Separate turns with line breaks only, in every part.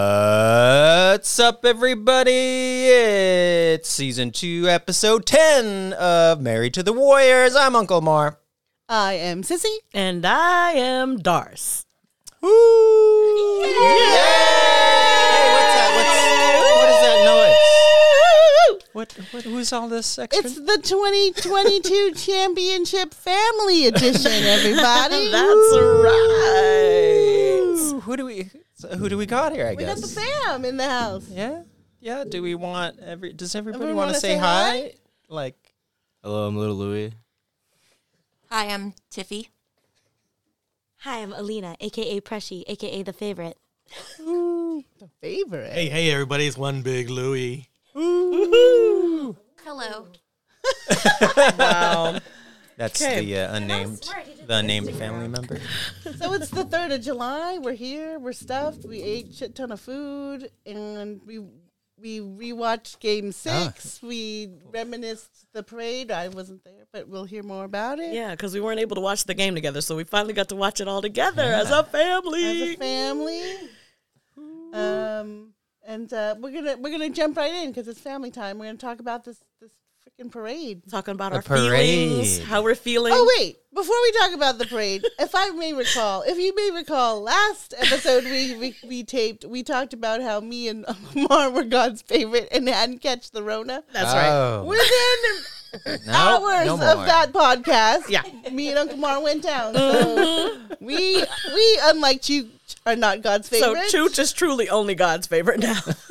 What's up, everybody? It's season two, episode 10 of Married to the Warriors. I'm Uncle Mar.
I am Sissy.
And I am Dars.
Woo! Yay! Hey, what's that? What's, what is that noise? What, what, who's all this extra?
It's the 2022 Championship Family Edition, everybody.
That's right.
who do we so who do we got here? I
we got the
guess.
fam in the house.
yeah, yeah. Do we want every? Does everybody
Everyone
want to
wanna
say,
say
hi?
hi?
Like,
Hello, I'm Little Louie.
Hi, I'm Tiffy. Hi, I'm Alina, aka Preshi, aka the favorite.
Favorite.
Hey, hey, everybody, it's one big Louie.
Hello.
That's the uh, unnamed, the unnamed family member.
So it's the 3rd of July. We're here. We're stuffed. We ate shit ton of food and we we rewatched game 6. We reminisced the parade. I wasn't there, but we'll hear more about it.
Yeah, because we weren't able to watch the game together, so we finally got to watch it all together as a
as
family.
a family. Um, and uh, we're gonna we're gonna jump right in because it's family time. We're gonna talk about this this freaking parade.
Talking about
The
our feelings,
parade.
how we're feeling.
Oh wait! Before we talk about the parade, if I may recall, if you may recall, last episode we we, we taped, we talked about how me and Mar were God's favorite and hadn't catch the Rona.
That's
Oh.
right.
Within
no,
hours
no
of
more.
that podcast,
Oh, Yeah. Mm-hmm.
me and Uncle Mar went down. So we we unlike you are not God's
So
favorite.
Chooch is truly only God's favorite now.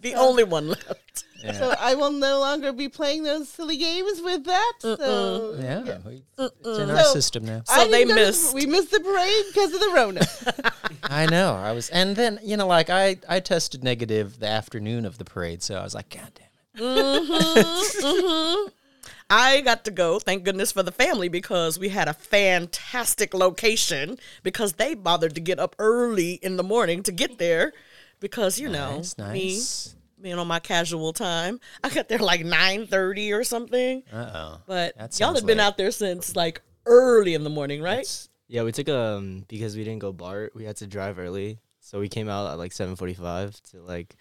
the only one left.
So I will no longer be playing those silly games with that. So
Yeah, we- it's in our
So-
system now.
I
So they
didn't go to the-
missed.
we missed the parade because of the Rona.
I know. I was, and then you know, like I, I tested negative the afternoon of the parade, so I was like, God damn it.
I got to go, thank goodness for the family, because we had a fantastic location because they bothered to get up early in the morning to get there. Because, you
Nice,
know,
nice.
me being on my casual time. I got there like nine thirty or something.
Uh oh.
But
That
y'all
sounds
have been
late.
out there since like early in the morning, right?
Yeah, we took um because we didn't go BART, we had to drive early, so we came out at like 7:45 to like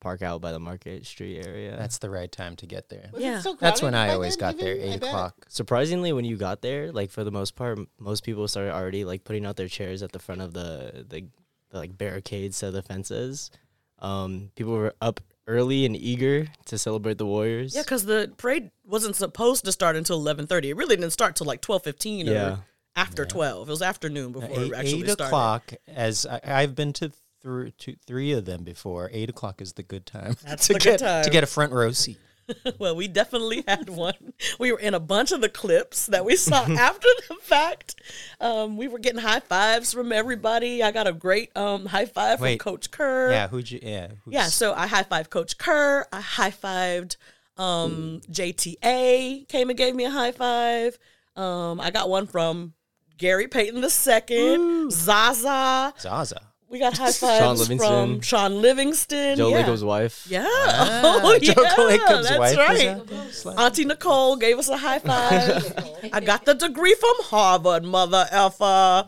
park out by the Market Street area.
That's the right time to get there.
Was it
Yeah.
so
That's
crowded
when I
by
always
then,
got
even?
there,
I
eight
bet.
o'clock.
Surprisingly, when you got there, like for the most part, m- most people started already like putting out their chairs at the front of the the, the like barricades to the fences. Um, people were up early and eager to celebrate the Warriors.
Yeah, because the parade wasn't supposed to start until eleven thirty. It really didn't start till like twelve fifteen
Yeah.
or after twelve. It was afternoon before
eight,
it actually
eight
started.
o'clock as I, i've been to through two, three of them before eight o'clock is the good time
That's
to
the good
get to
time.
get a front row seat
Well, we definitely had one. We were in a bunch of the clips that we saw after the fact. Um, we were getting high fives from everybody. I got a great um, high five
Wait.
from Coach Kerr.
yeah who'd you yeah who's,
Yeah, so I high fived Coach Kerr. I high fived um, JTA. Came and gave me a high five. Um, I got one from Gary Payton the second, Zaza.
zaza
We got high fives
Livingston.
from Sean Livingston.
Joe
yeah.
Lacob's wife.
Yeah. oh, yeah.
Ah, Joe Kalacom's
that's
wife was
right.
out there. It's like-
Auntie Nicole gave us a high five. I got the degree from Harvard, mother alpha.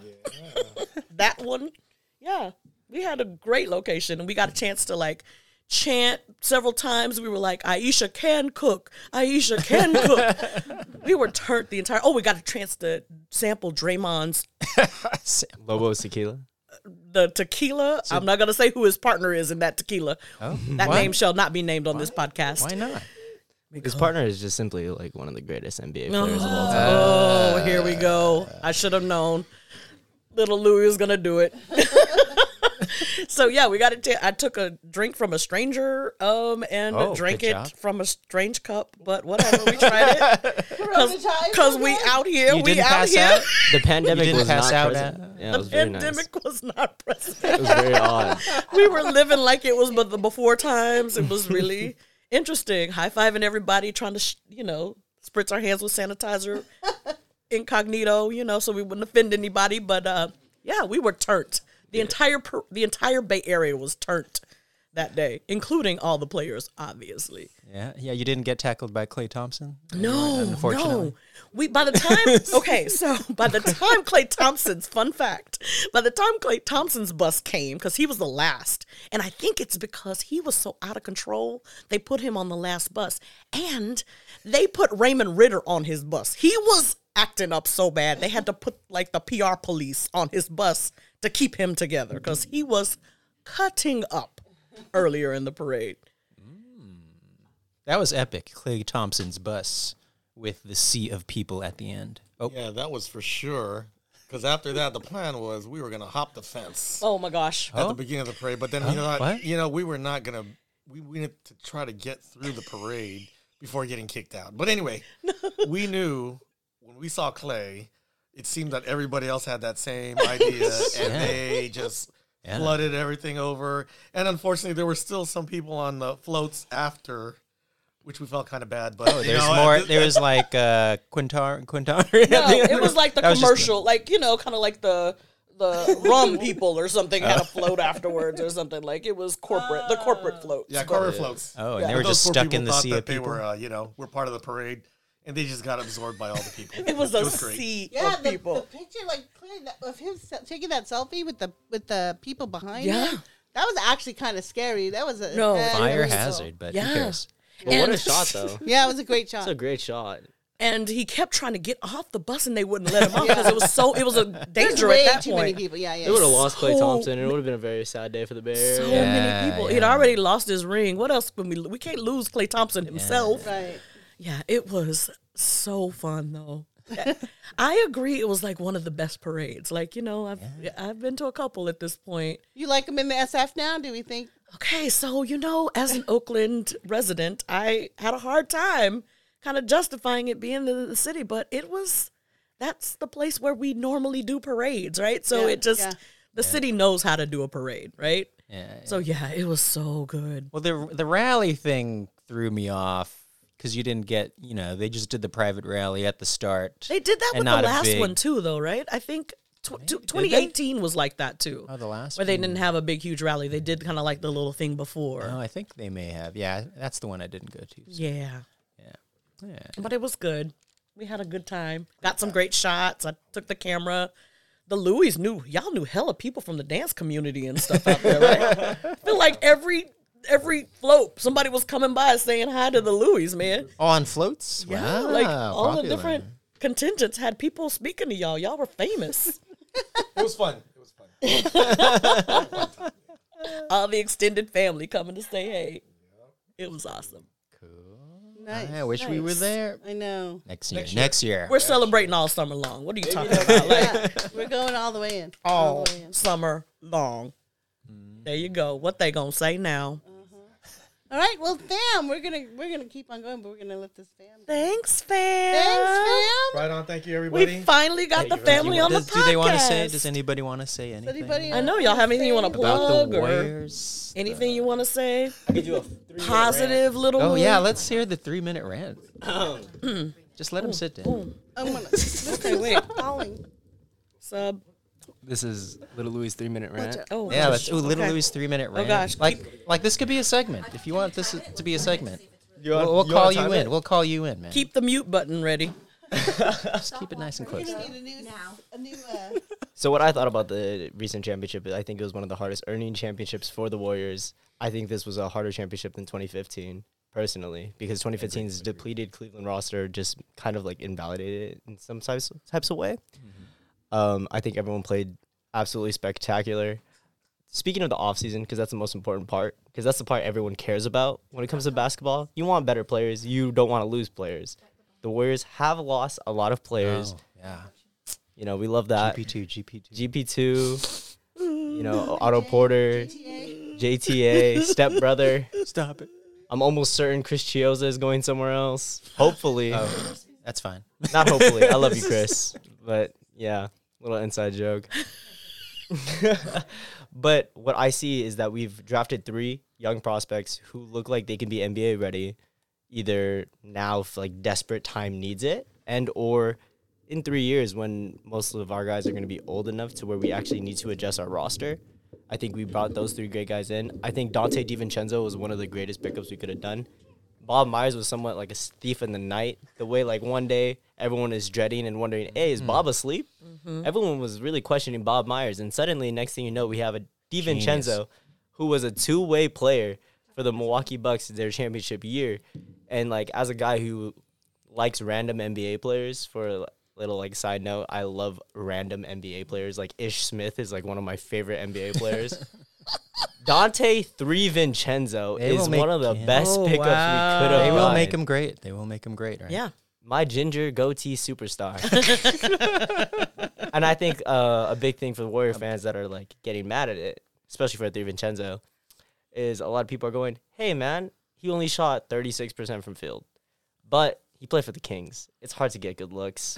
that one. Yeah. We had a great location and we got a chance to like chant several times. We were like, Aisha can cook. Aisha can cook. we were turned the entire oh, we got a chance to sample Draymond's
Lobos Tequila.
the tequila. I'm not gonna say who his partner is in that tequila. that
Oh. Why-
name shall not be named on this podcast.
why not
His partner is just simply like one of the greatest NBA players of all time.
Oh, here we go. I should have known. Little Louie was gonna do it. so yeah, we got it. I took a drink from a stranger, um, and
Oh,
drank
good
it
job.
from a strange cup. But whatever, we tried it
Corona time,
because we
okay?
out here.
you
we
didn't
out
pass
here.
out
The pandemic
didn't
was
pass
not
out
present. yeah, it was very nice.
Pandemic was not present.
It was very odd.
we were living like it was but the before times. It was really interesting. High fiving everybody, trying to sh- you know spritz our hands with sanitizer, incognito, you know, so we wouldn't offend anybody. But uh, yeah, we were turnt. The entire per- the entire Bay Area was turnt. that day, including all the players, obviously.
Yeah, yeah. You didn't get tackled by Clay Thompson.
No,
unfortunately.
no. We by the time okay, so by the time Clay Thompson's fun fact, by the time Clay Thompson's bus came because he was the last, and I think it's because he was so out of control they put him on the last bus, and they put Raymond Ritter on his bus. He was acting up so bad they had to put like the PR police on his bus to keep him together because he was cutting up earlier in the parade.
That was epic. Clay Thompson's bus with the sea of people at the end. Oh,
Yeah, that was for sure. Because after that, the plan was we were going to hop the fence
Oh my gosh.
at the beginning of the parade. But then you know,
what?
you know, we were not going to. We wanted to try to get through the parade before getting kicked out. But anyway, we knew when we saw Clay, it seemed that everybody else had that same idea, and they just flooded everything over. And unfortunately, there were still some people on the floats after. Which we felt kind of bad, but you
Oh, there's
know,
more.
at the-
There was like uh, Quintar. Quintar.
No, it was like the
That was just-
commercial, like you know, kind of like the the rum people or something had a float afterwards or something. Like it was corporate, the
Uh,
corporate float.
Yeah, Carver floats.
Oh, and they were
Those
just
poor
stuck
people
in the
thought
sea
that
of people.
They were, uh, you know, we're part of the parade, and they just got absorbed by all the people.
It was a
great.
sea
Yeah,
of
the,
people.
the picture like clear that- of him se- taking that selfie with the with the people behind
Yeah.
him. That was actually kind of scary. That was a
No.
that
Fire
was-
hazard, but
Yeah.
who cares?
And-
what a shot, though. It's
Yeah, it was a great shot.
a great shot.
and he kept trying to get off the bus, and they wouldn't let him off because it was so it was a
There's
danger
way
at that
too
point.
many people. Yeah, yeah.
They would have lost Clay
So-
Thompson. and It would have been a very sad day for the Bears.
So
Yeah,
many people. He'd already lost his ring. What else can we? We can't lose Clay Thompson himself.
Right.
Yeah, it was so fun though. I agree. It was like one of the best parades. Like you know, I've I've been to a couple at this point.
You like him in the SF now? Do we think?
Okay, so you know, as an Oakland resident, I had a hard time kind of justifying it being in the city, but it was that's the place where we normally do parades, right? So
Yeah,
it just
yeah.
the city knows how to do a parade, right?
Yeah,
So yeah, it was so good.
Well, the the rally thing threw me off because you didn't get. You know, they just did the private rally at the start.
They did that
and
with the
not a
last
big-
one too, though, right? I think tw- tw- 2018 was like that too.
Oh, the last
where they didn't have a big huge rally. They did kind of like the little thing before.
Oh, I think they may have. Yeah, that's the one I didn't go to. So,
Yeah.
yeah.
But it was good. We had a good time. Got some great shots. I took the camera. The Louis knew y'all knew hella people from the dance community and stuff out there, right? I feel like every every float, somebody was coming by saying hi to the Louis, man.
Oh, on floats.
Yeah,
Wow,
like all the
Ah, popular.
different contingents had people speaking to y'all. Y'all were famous.
It was fun. It was fun.
all the extended family coming to say hey. It was awesome.
Nice.
I wish we were there
I know.
next year. Next year.
We're celebrating all summer long. What are you talking about? Like
Yeah, we're going all the way in.
all
the way in.
summer long.
Mm-hmm.
There you go. What they gonna say now?
All right. Well, fam, we're gonna we're gonna keep on going, but we're gonna let this fam. go.
Thanks, fam.
Thanks,
Um,
fam.
Right on. Thank you,
We
everybody.
finally got the family on the
Does,
podcast.
do they want to say? Does anybody want to say anything
Anybody?
I know y'all have anything you want to
about the
plug or
Warriors?
anything you want to say?
I could do a three
Positive little.
Oh yeah, let's hear the three minute rant. Just let him sit down.
I'm gonna. This thing's
wait.
falling.
sub.
This is Little Louis' three minute rant.
Oh
Yeah,
gosh.
that's ooh, Little
Okay.
Louis three minute rant.
gosh,
like like this could be a segment if you want this to be a segment.
wanna-
we'll we'll
you wanna
call you
time
in.
it?
We'll call you in, man.
Keep the mute button ready.
Just keep it nice and close.
We need a new now. A new. Uh,
So what I thought about the recent championship, I think it was one of the hardest earning championships for the Warriors. I think this was a harder championship than 2015, personally, because 2015's depleted Cleveland roster just kind of like invalidated it in some types types of way. Um, I think everyone played absolutely spectacular. Speaking of the offseason, because that's the most important part, because that's the part everyone cares about when it comes to basketball. You want better players. You don't want to lose players. The Warriors have lost a lot of players.
Oh, Yeah.
You know, we love that.
GP two, GP two.
GP2, you know, Otto Porter, JTA, Step Brother.
Stop it.
I'm almost certain Chris Chioza is going somewhere else. Hopefully.
Oh. That's fine.
Not hopefully. I love you, Chris. But yeah, little inside joke. but what I see is that we've drafted three young prospects who look like they can be NBA ready either now if like desperate time needs it and or in three years when most of our guys are going to be old enough to where we actually need to adjust our roster I think we brought those three great guys in. I think Dante DiVincenzo was one of the greatest pickups we could have done. Bob Myers was somewhat like a thief in the night. The way like one day everyone is dreading and wondering, hey, is Bob asleep? Everyone was really questioning Bob Myers, and suddenly next thing you know, we have a DiVincenzo who was a two-way player for the Milwaukee Bucks their championship year, and like as a guy who likes random NBA players. For a little like side note, I love random NBA players. Like Ish Smith is like one of my favorite NBA players. Dante Three Vincenzo
They
is
will make
one of the
him.
best
Oh,
pickups we could have.
They will make
gotten.
him great. They will make him great, right?
Yeah.
my ginger goatee superstar. and I think uh, a big thing for the Warrior fans that are like getting mad at it, especially for Three Vincenzo, is a lot of people are going, "Hey man, he only shot 36% from field." But he played for the Kings. It's hard to get good looks.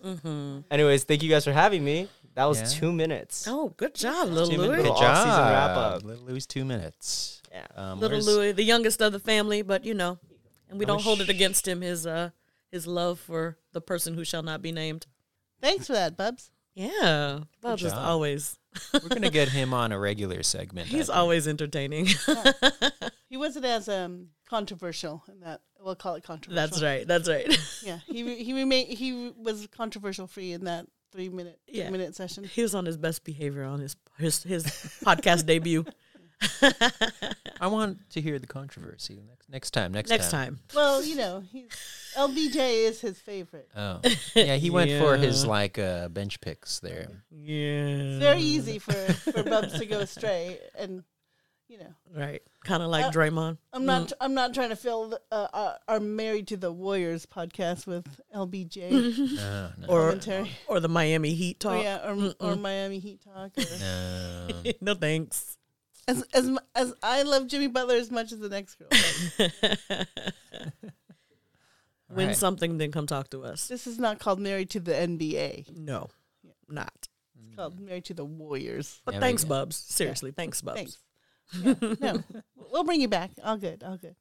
Anyways, thank you guys for having me. That was
Yeah.
2 minutes.
Oh, good job, little
Two
Good
minutes.
Louis.
Little
job.
off-season wrap-up.
Little Louis, two minutes.
Yeah.
Um,
Little
where's-
Louis, the youngest of the family, but you know, and we don't
wish-
hold it against him his uh his love for the person who shall not be named.
Thanks for that, Bubs.
Yeah, Bob is
job.
always
We're gonna get him on a regular segment.
he's
I think.
always entertaining.
He wasn't as um controversial in that. We'll call it controversial.
that's right. That's right.
Yeah, he he remained he was controversial free in that three minute
Yeah.
two minute session.
He was on his best behavior on his his his podcast debut.
I want to hear the controversy next, next time. Next,
Next time,
Well, you know, he's LBJ is his favorite.
Oh, yeah. He went for his
Yeah.
like uh, bench picks there.
yeah,
It's very easy for for Bubs to go astray, and you know,
right. Kind of like
Uh,
Draymond.
I'm
Mm.
not I'm not trying to fill the, uh, our, our married to the Warriors podcast with LBJ
No, no,
or
commentary.
or the Miami Heat
uh,
Or
talk.
yeah, or, or Miami Heat talk. Or,
no.
no thanks.
as as mu- as I love Jimmy Butler as much as the next girl.
Win
right.
something, then come talk to us.
this is not called Married to the NBA.
No, not.
It's called
Mm.
Married to the Warriors.
But
There we
thanks,
go.
Bubs. Seriously, thanks, Bubs.
Thanks. Yeah, no, we'll bring you back. All good. All good.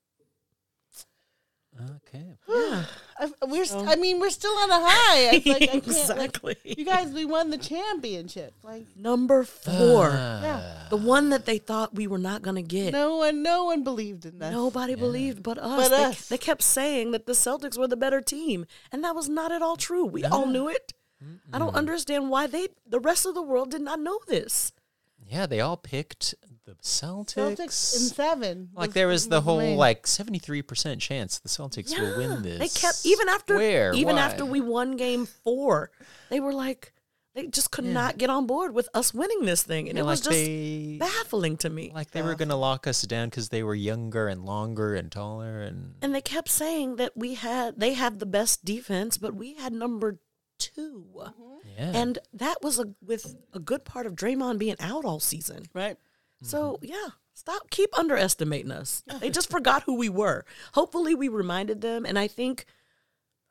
Okay.
I, we're st- I mean we're still on a high. It's like, I can't, like,
exactly.
you guys, we won the championship. Like
Number four,
Ah.
yeah,
the one that they thought we were not going to get.
no one, no one believed in that.
Nobody believed but us.
But
they,
us.
they kept saying that the Celtics were the better team, and that was not at all true. We all knew it. I don't understand why they, the rest of the world, did not know this.
Yeah, they all picked the Celtics.
Celtics in seven.
like there was the whole
main.
like seventy three percent chance the Celtics will win
Yeah,
this.
They kept even after
Where?
even
Why?
after we won game four, they were like they just could not get on board with us winning this thing, and
Yeah,
it was
like
just
they-
baffling to me.
like they were gonna lock us down because they were younger and longer and taller and
and they kept saying that we had they have the best defense, but we had number 2
yeah.
and that was a, with a good part of Draymond being out all season.
right.
So yeah, stop. Keep underestimating us. They just forgot who we were. Hopefully, we reminded them, and I think.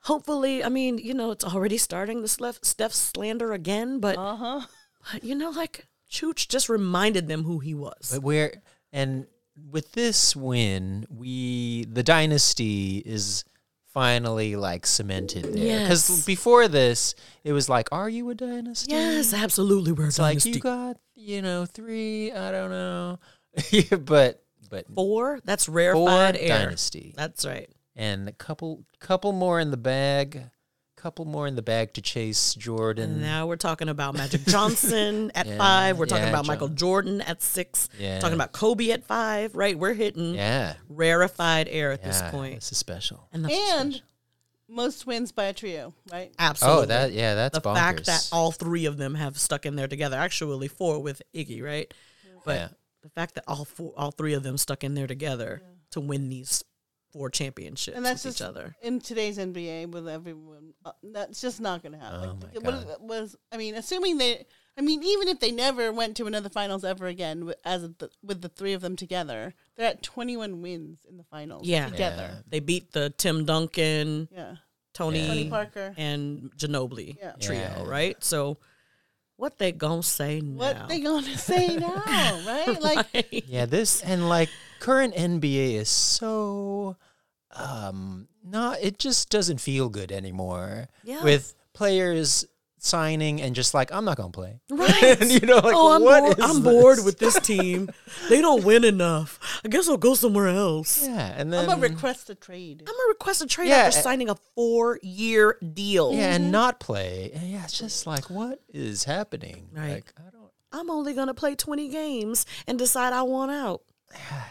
Hopefully, I mean, you know, it's already starting the Steph, Steph slander again, but,
Uh huh.
Uh-huh.
but you know, like Chooch just reminded them who he was.
But where and with this win, we the dynasty is finally like cemented there. Because
Yes.
before this, it was like, are you a dynasty?
Yes, absolutely, we're a
It's like
dynasty.
you got you know three. I don't know, but but
four. That's
four
rarefied air.
dynasty
That's right.
and a couple couple more in the bag, couple more in the bag to chase Jordan.
And now we're talking about Magic Johnson at
Yeah,
five. We're talking
yeah,
about Michael
John-
Jordan at six.
Yeah.
Talking about Kobe at five. Right, we're hitting
yeah,
rarefied air at this
yeah,
point.
this is special.
And, the,
And most wins by a trio, right?
absolutely.
Oh, that yeah, that's
the
bonkers.
fact that all three of them have stuck in there together. Actually, four with Iggy, right? But
Yeah.
the fact that all four, all three of them stuck in there together to win these four championships
And that's
with
just
each other.
in today's NBA with everyone. Uh, that's just not going to happen.
Oh
Like,
my
what is- was I mean, assuming they. I mean, even if they never went to another finals ever again, wi- as of the, with the three of them together, they're at twenty-one wins in the finals
Yeah.
together.
They beat the Tim Duncan,
Yeah.
Tony,
Tony Parker.
and Ginobili
Yeah.
trio,
Yeah.
right? So what they gonna say now?
What they gonna say now, right? Like,
Yeah, this and like current NBA is so um not it just doesn't feel good anymore.
Yeah.
With players signing and just like, I'm not going to play.
Right.
And you know, like,
oh, I'm,
what
bored.
is
I'm bored
this?
with this team. They don't win enough. I guess I'll go somewhere else.
Yeah. And
I'm
then.
gonna request a trade.
I'm gonna request a trade
Yeah,
after
a-
signing a four-year deal.
yeah, and not play. And yeah, it's just like, what is happening?
Right.
Like, I don't.
I'm only gonna play 20 games and decide I want out.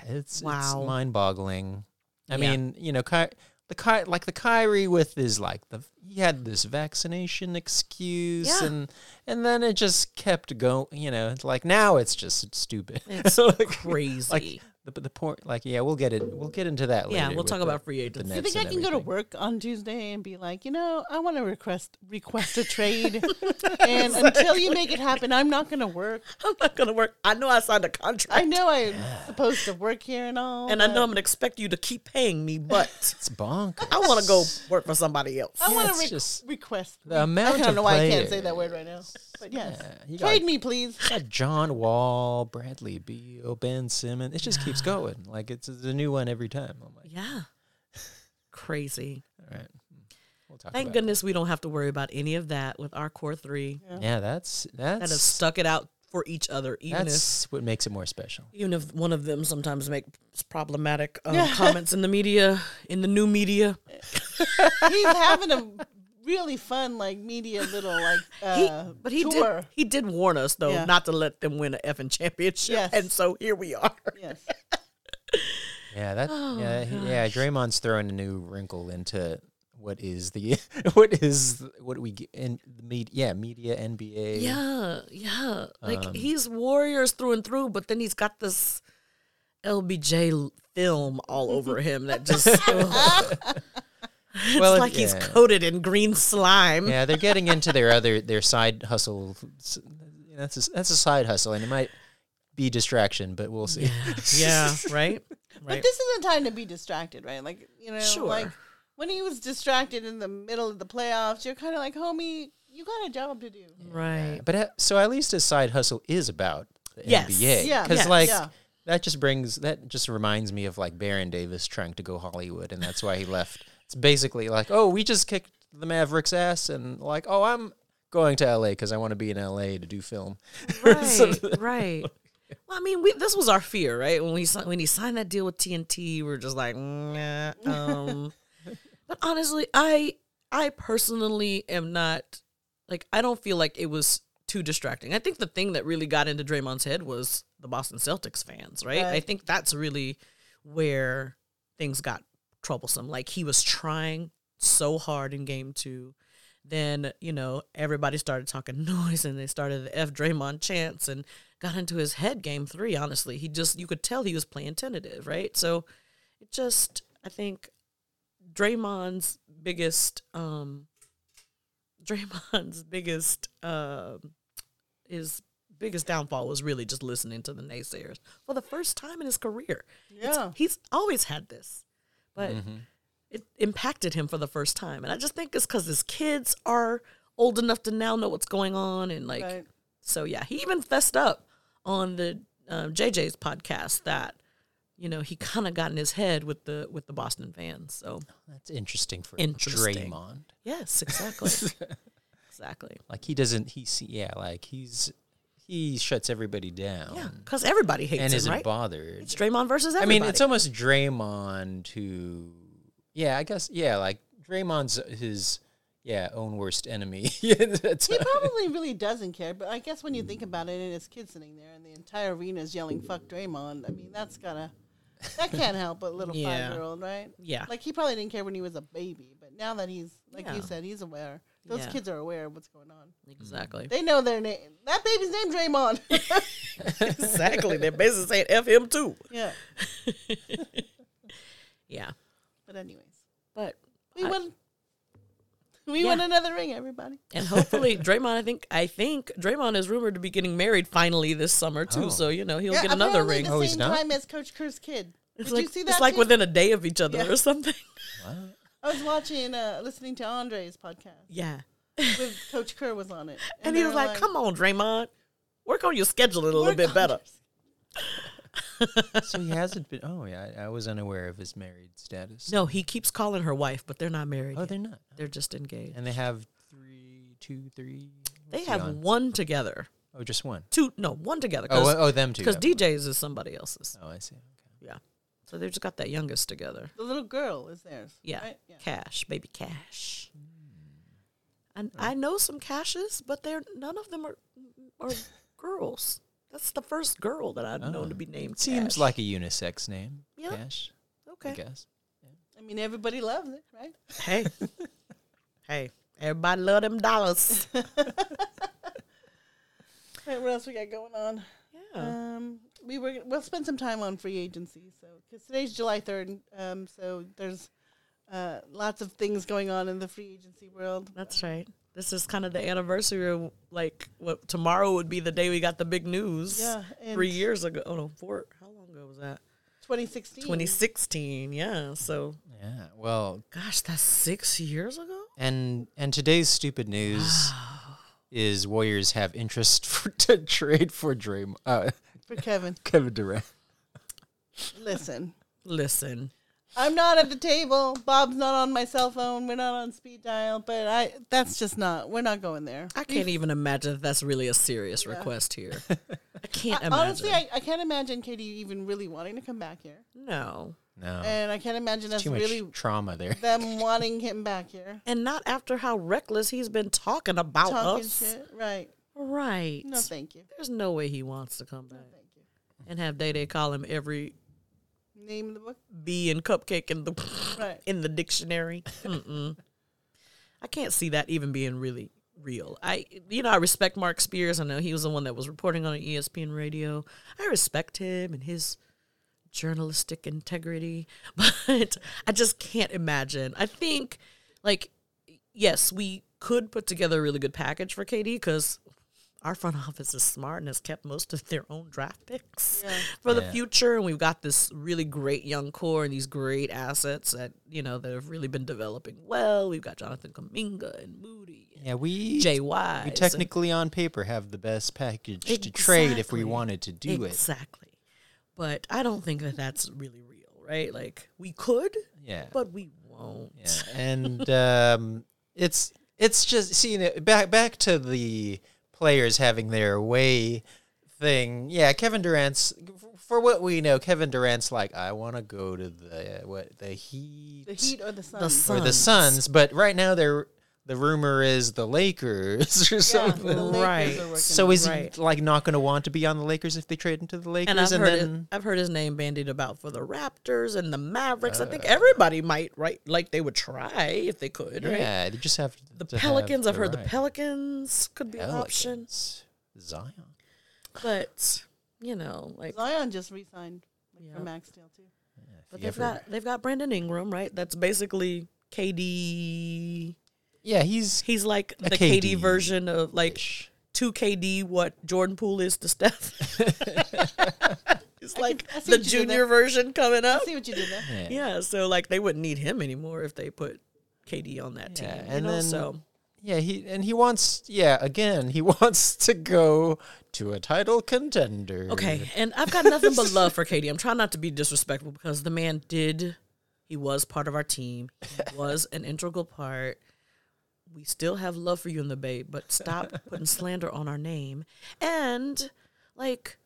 It's
Wow.
it's mind boggling. I
Yeah.
mean, you know, Ky- the Ky- like the Kyrie with is like the he had this vaccination excuse
Yeah.
and and then it just kept going. You know, it's like now it's just stupid.
It's
Like-
crazy.
Like the the point. Like yeah, we'll get it. We'll get into that.
yeah,
later
we'll
with
talk
the-
about free
the
agency.
You
Nets
think I
and
can go to
everything.
work on Tuesday and be like, you know, I want to request request a trade, and until you make it happen, I'm not gonna work.
I'm not gonna work. I know I signed a contract.
I know I'm supposed to work here and all,
and I know
but
I'm gonna expect you to keep paying me, but
It's bonkers.
I want to go work for somebody else.
I want
it's
to re-
just-
request.
the amount
I don't
of
know why I can't say
players.
that word right now, but yes,
you got-
trade me, please.
Got John Wall, Bradley Beal, Ben Simmons. It just keeps going. Like it's a new one every time. I'm like,
Yeah, crazy.
all right, hmm, we'll talk.
Thank
about it.
goodness we don't have to worry about any of that with our core three
Yeah, that's
that have
that's
stuck it out for each other, even if
that's what makes it more special.
even if one of them sometimes makes problematic um, comments in the media, in the new media.
He's having a really fun like media little like
He,
uh,
but he
tour.
did he did warn us though
Yeah.
not to let them win an effing championship,
Yes.
and so here we are.
Yes,
Yeah, that
Oh
yeah he- yeah. Draymond's throwing a new wrinkle into what is the what is what we get in the media? Yeah, media NBA.
Yeah, yeah. Like he's Warriors through and through, but then he's got this LBJ l- film all over him that just ugh. it's
Well, it-
like he's
yeah.
coated in green slime.
yeah. They're getting into their other their side hustle. S- That's a, that's a side hustle, and it might be distraction, but we'll see.
Yeah, right? Right.
but this isn't time to be distracted, right? Like you know,
Sure.
like when he was distracted in the middle of the playoffs, you're kind of like, homie, you got a job to do.
right.
But uh, so at least his side hustle is about the
Yes.
NBA.
Yeah,
Because
yes.
like
Yeah.
that just brings that just reminds me of like Baron Davis trying to go Hollywood, and that's why he left. It's basically like, oh, we just kicked the Mavericks' ass, and like, oh, I'm going to LA because I want to be in LA to do film.
Right, right. Well, I mean, we, this was our fear, right? When we si- when he signed that deal with TNT, we were just like, nah. Um, but honestly, I I personally am not like I don't feel like it was too distracting. I think the thing that really got into Draymond's head was the Boston Celtics fans, right? I
Right.
think that's really where things got troublesome. Like he was trying so hard in game two then you know everybody started talking noise and they started the F Draymond chants and got into his head game three. Honestly, he just you could tell he was playing tentative, right? So it just I think Draymond's biggest um Draymond's biggest um his biggest downfall was really just listening to the naysayers for the first time in his career. It's-
Yeah.
he's always had this, but it impacted him for the first time. And I just think it's because his kids are old enough to now know what's going on. And like,
Right.
so yeah, he even fessed up on the um, JJ's podcast that, you know, he kind of got in his head with the, with the Boston fans. So
That's interesting for
Interesting.
Draymond.
yes, exactly. exactly.
Like he doesn't. He see. Yeah. Like he's he shuts everybody down
Yeah. Cause everybody hates
and
him,
isn't
right?
bothered.
It's Draymond versus
I
everybody.
mean, it's almost Draymond who, yeah, I guess, yeah, like Draymond's his, yeah, own worst enemy. That's-
He probably really doesn't care, but I guess when you think about it, and his kid sitting there, and the entire arena is yelling "fuck Draymond," I mean, that's gotta that can't help a little
Yeah.
five-year-old, right?
Yeah.
like he probably didn't care when he was a baby, but now that he's like you
Yeah.
said, he's aware. Those
Yeah.
kids are aware of what's going on.
exactly.
They know their name. That baby's name Draymond.
exactly. They're basically saying F him too.
yeah,
Yeah.
but anyways.
But
We
I-
won. We
Yeah.
won another ring, everybody.
And hopefully, Draymond. I think I think Draymond is rumored to be getting married finally this summer too. So you know he'll get another
apparently
ring.
The
Oh, he's
same
not?
time as Coach Kerr's kid.
It's
Did
like,
you see that?
it's like
too?
within a day of each other
Yeah.
or something.
I was watching, uh, listening to Andre's podcast.
Yeah.
With Coach Kerr was on it,
And, he was like, "Come on, Draymond, work on your schedule a little
Work
bit
on
better."
so he hasn't been, oh, yeah, I, I was unaware of his married status.
No, he keeps calling her wife, but they're not married.
Oh,
yet.
they're not.
they're just engaged.
And they have three two, three.
They
What's he
have
on?
one together.
Oh, just one.
Two, no, one together.
Oh,
Because
oh, them two. have one.
DJ's is somebody else's.
Oh, I see.
Yeah. So they just got that youngest together.
The little girl is theirs.
Yeah. Mm.
right? yeah.
Cash, baby cash. And I know some cashes, but they're none of them are are girls. That's the first girl that I've known to be named.
Seems
Cash.
like a unisex name.
Yeah.
Cash, I
okay.
guess.
I mean, everybody loves it, right?
Hey, hey, everybody love them dollars.
All right, what else we got going on?
Yeah.
Um, we were we'll spend some time on free agency. So because today's July third, um, so there's uh, lots of things going on in the free agency world.
That's right. This is kind of the anniversary of like what tomorrow would be the day we got the big news.
Yeah,
three
and-
years ago. Oh no, four. How long ago was that?
2016.
2016. Yeah. So,
Yeah. Well,
gosh, that's six years ago.
and and today's stupid news is Warriors have interest for, to trade for Dream uh,
for Kevin.
Kevin Durant.
Listen,
Listen,
I'm not at the table. Bob's not on my cell phone. We're not on speed dial. But I that's just not. We're not going there.
I can't even imagine that that's really a serious request here. I can't imagine.
Honestly, I, I can't imagine Katie even really wanting to come back here,
no,
No,
and I can't imagine us
too much
really
trauma there.
them wanting him back here.
and not after how reckless he's been talking about
Talking
us.
shit, right?
Right.
No, thank you.
There's no way he wants to come back
Thank you.
and have Day Day call him every
Name of the book,
bee and cupcake in the
right?
in the dictionary. Mm-mm. I can't see that even being really real. I, you know, I respect Mark Spears. I know he was the one that was reporting on E ESPN radio. I respect him and his journalistic integrity, but I just can't imagine. I think, like, yes, we could put together a really good package for Katie because. Our front office is smart and has kept most of their own draft picks for the future, and we've got this really great young core and these great assets that you know that have really been developing well. We've got Jonathan Kaminga and Moody, and
Yeah, we
JY.
we technically on paper have the best package to trade if we
Exactly.
wanted to do it.
exactly, but I don't think that that's really real, right? Like we could,
Yeah.
but we won't.
Yeah, and um, it's it's just see you know, back back to the players having their way thing. Yeah, Kevin Durant's for what we know, Kevin Durant's like I want to go to the what the Heat,
The heat or the sun?
The
or
Suns,
the Suns, but right now they're the rumor is the Lakers or
Yeah,
something.
the Lakers
Right.
are working
So is
Right.
he like not going to want to be on the Lakers if they trade into the Lakers?
and I've heard
then
it, I've heard his name bandied about for the Raptors and the Mavericks. I
Uh.
think everybody might, right? Like they would try if they could, right?
yeah, they just have
The
to have
Pelicans, I've heard
right.
the Pelicans could be an option,
Pelicans. Zion.
but you know, like
Zion just resigned like, for
Yeah.
Max Deal too.
But
You
they've
ever-
got they've got Brandon Ingram, right? That's basically KD.
yeah, he's
He's like
A
the KD,
KD
version of like
Ish.
two KD what Jordan Poole is to Steph. it's like
I see what you
the
did
junior
there.
version coming
I
up.
see what you did there.
yeah. yeah,
Yeah, so like they wouldn't need him anymore if they put KD on that
Yeah,
team.
and
you know?
then-
so
He and he wants yeah again he wants to go to a title contender.
Okay, and I've got nothing but love for Katie. I'm trying not to be disrespectful because the man did. He was part of our team. He was an integral part. We still have love for you in the Bay, but stop putting slander on our name. And like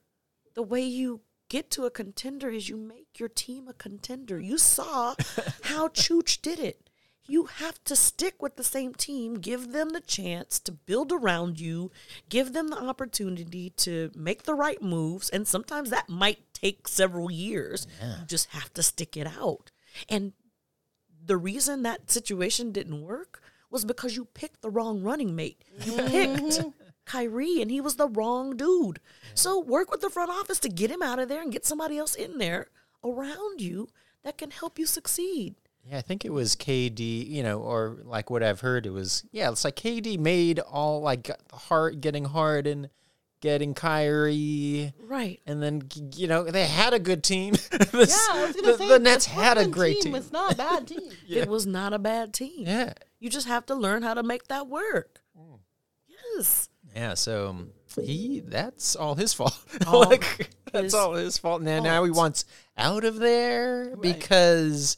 the way you get to a contender is you make your team a contender. You saw how Chooch did it. You have to stick with the same team, give them the chance to build around you, give them the opportunity to make the right moves. And sometimes that might take several years. You just have to stick it out. And the reason that situation didn't work was because you picked the wrong running mate. You picked Kyrie, and he was the wrong dude. So work with the front office to get him out of there and get somebody else in there around you that can help you succeed.
Yeah, I think it was KD. You know, or like what I've heard, it was yeah. It's like KD made all like got the heart getting hard and getting Kyrie.
Right.
And then g- you know they had a good team. This-
Yeah, I was gonna
the,
say
the Nets had a
Portland
great team.
Was not a bad team.
It was not a bad team.
yeah,
You just have to learn how to make that work. Yes.
Yeah, so um, he that's all his fault.
All
like that's
his
all his fault. And then now he wants out of there because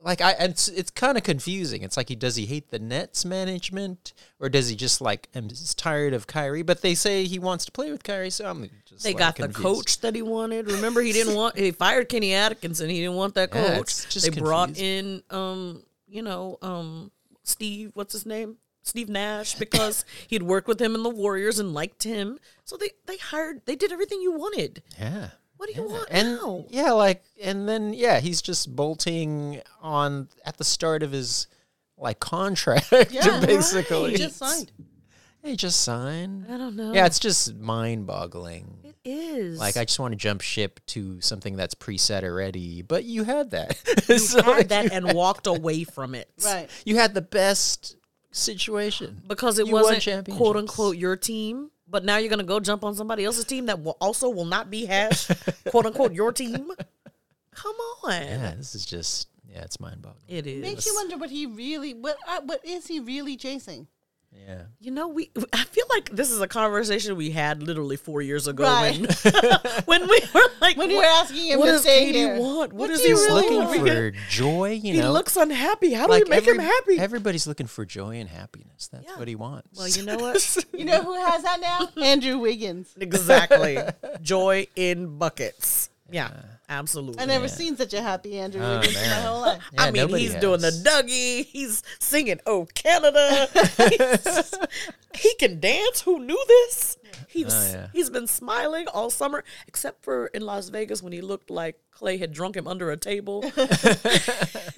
like I it's it's kind of confusing. It's like he does he hate the Nets management or does he just like am just tired of Kyrie? But they say he wants to play with Kyrie, so I'm just
They
like,
got the
confused.
coach that he wanted. Remember, he didn't want. He fired Kenny Atkinson. He didn't want that coach.
Yeah, it's just
they brought in,
confusing.
um, you know, um, Steve. What's his name? Steve Nash, because he'd worked with him in the Warriors and liked him. So they they hired. They did everything you wanted.
Yeah.
What do you want
And
now?
yeah, like and then yeah, he's just bolting on at the start of his like contract
Yeah,
basically.
He just signed.
He just signed.
I don't know.
Yeah, it's just mind boggling.
it is
Like I just want to jump ship to something that's preset already, but you had that.
you had that and walked away from it.
Right.
You had the best situation
because it
You won
wasn't
championships.
quote unquote your team. But now you're gonna go jump on somebody else's team that will also will not be hash quote unquote your team. Come on,
Yeah, this is just yeah, it's mind boggling.
it is.
Makes you wonder what he really what uh, what is he really chasing?
Yeah,
You know, we I feel like this is a conversation we had literally four years ago
Right.
when when we were like,
When
what,
you were asking him
what
to
does
stay
Katie
here?
want?
What
what is
do
he
you
he's
really
looking
want?
for joy. You
He
know,
looks unhappy. How do
like
we make him
every-
happy?
Everybody's looking for joy and happiness. That's
Yeah.
what he wants.
well, you know what?
You know who has that now? Andrew Wiggins.
exactly. Joy in buckets. Yeah, absolutely.
I never seen such a happy Andrew Wiggins in my
man.
whole life.
Yeah,
I mean,
nobody
he's doing the
has.
Dougie. He's singing "Oh Canada." He's- he can dance. Who knew this? He was,
Oh, yeah.
He's been smiling all summer, except for in Las Vegas when he looked like Clay had drunk him under a table.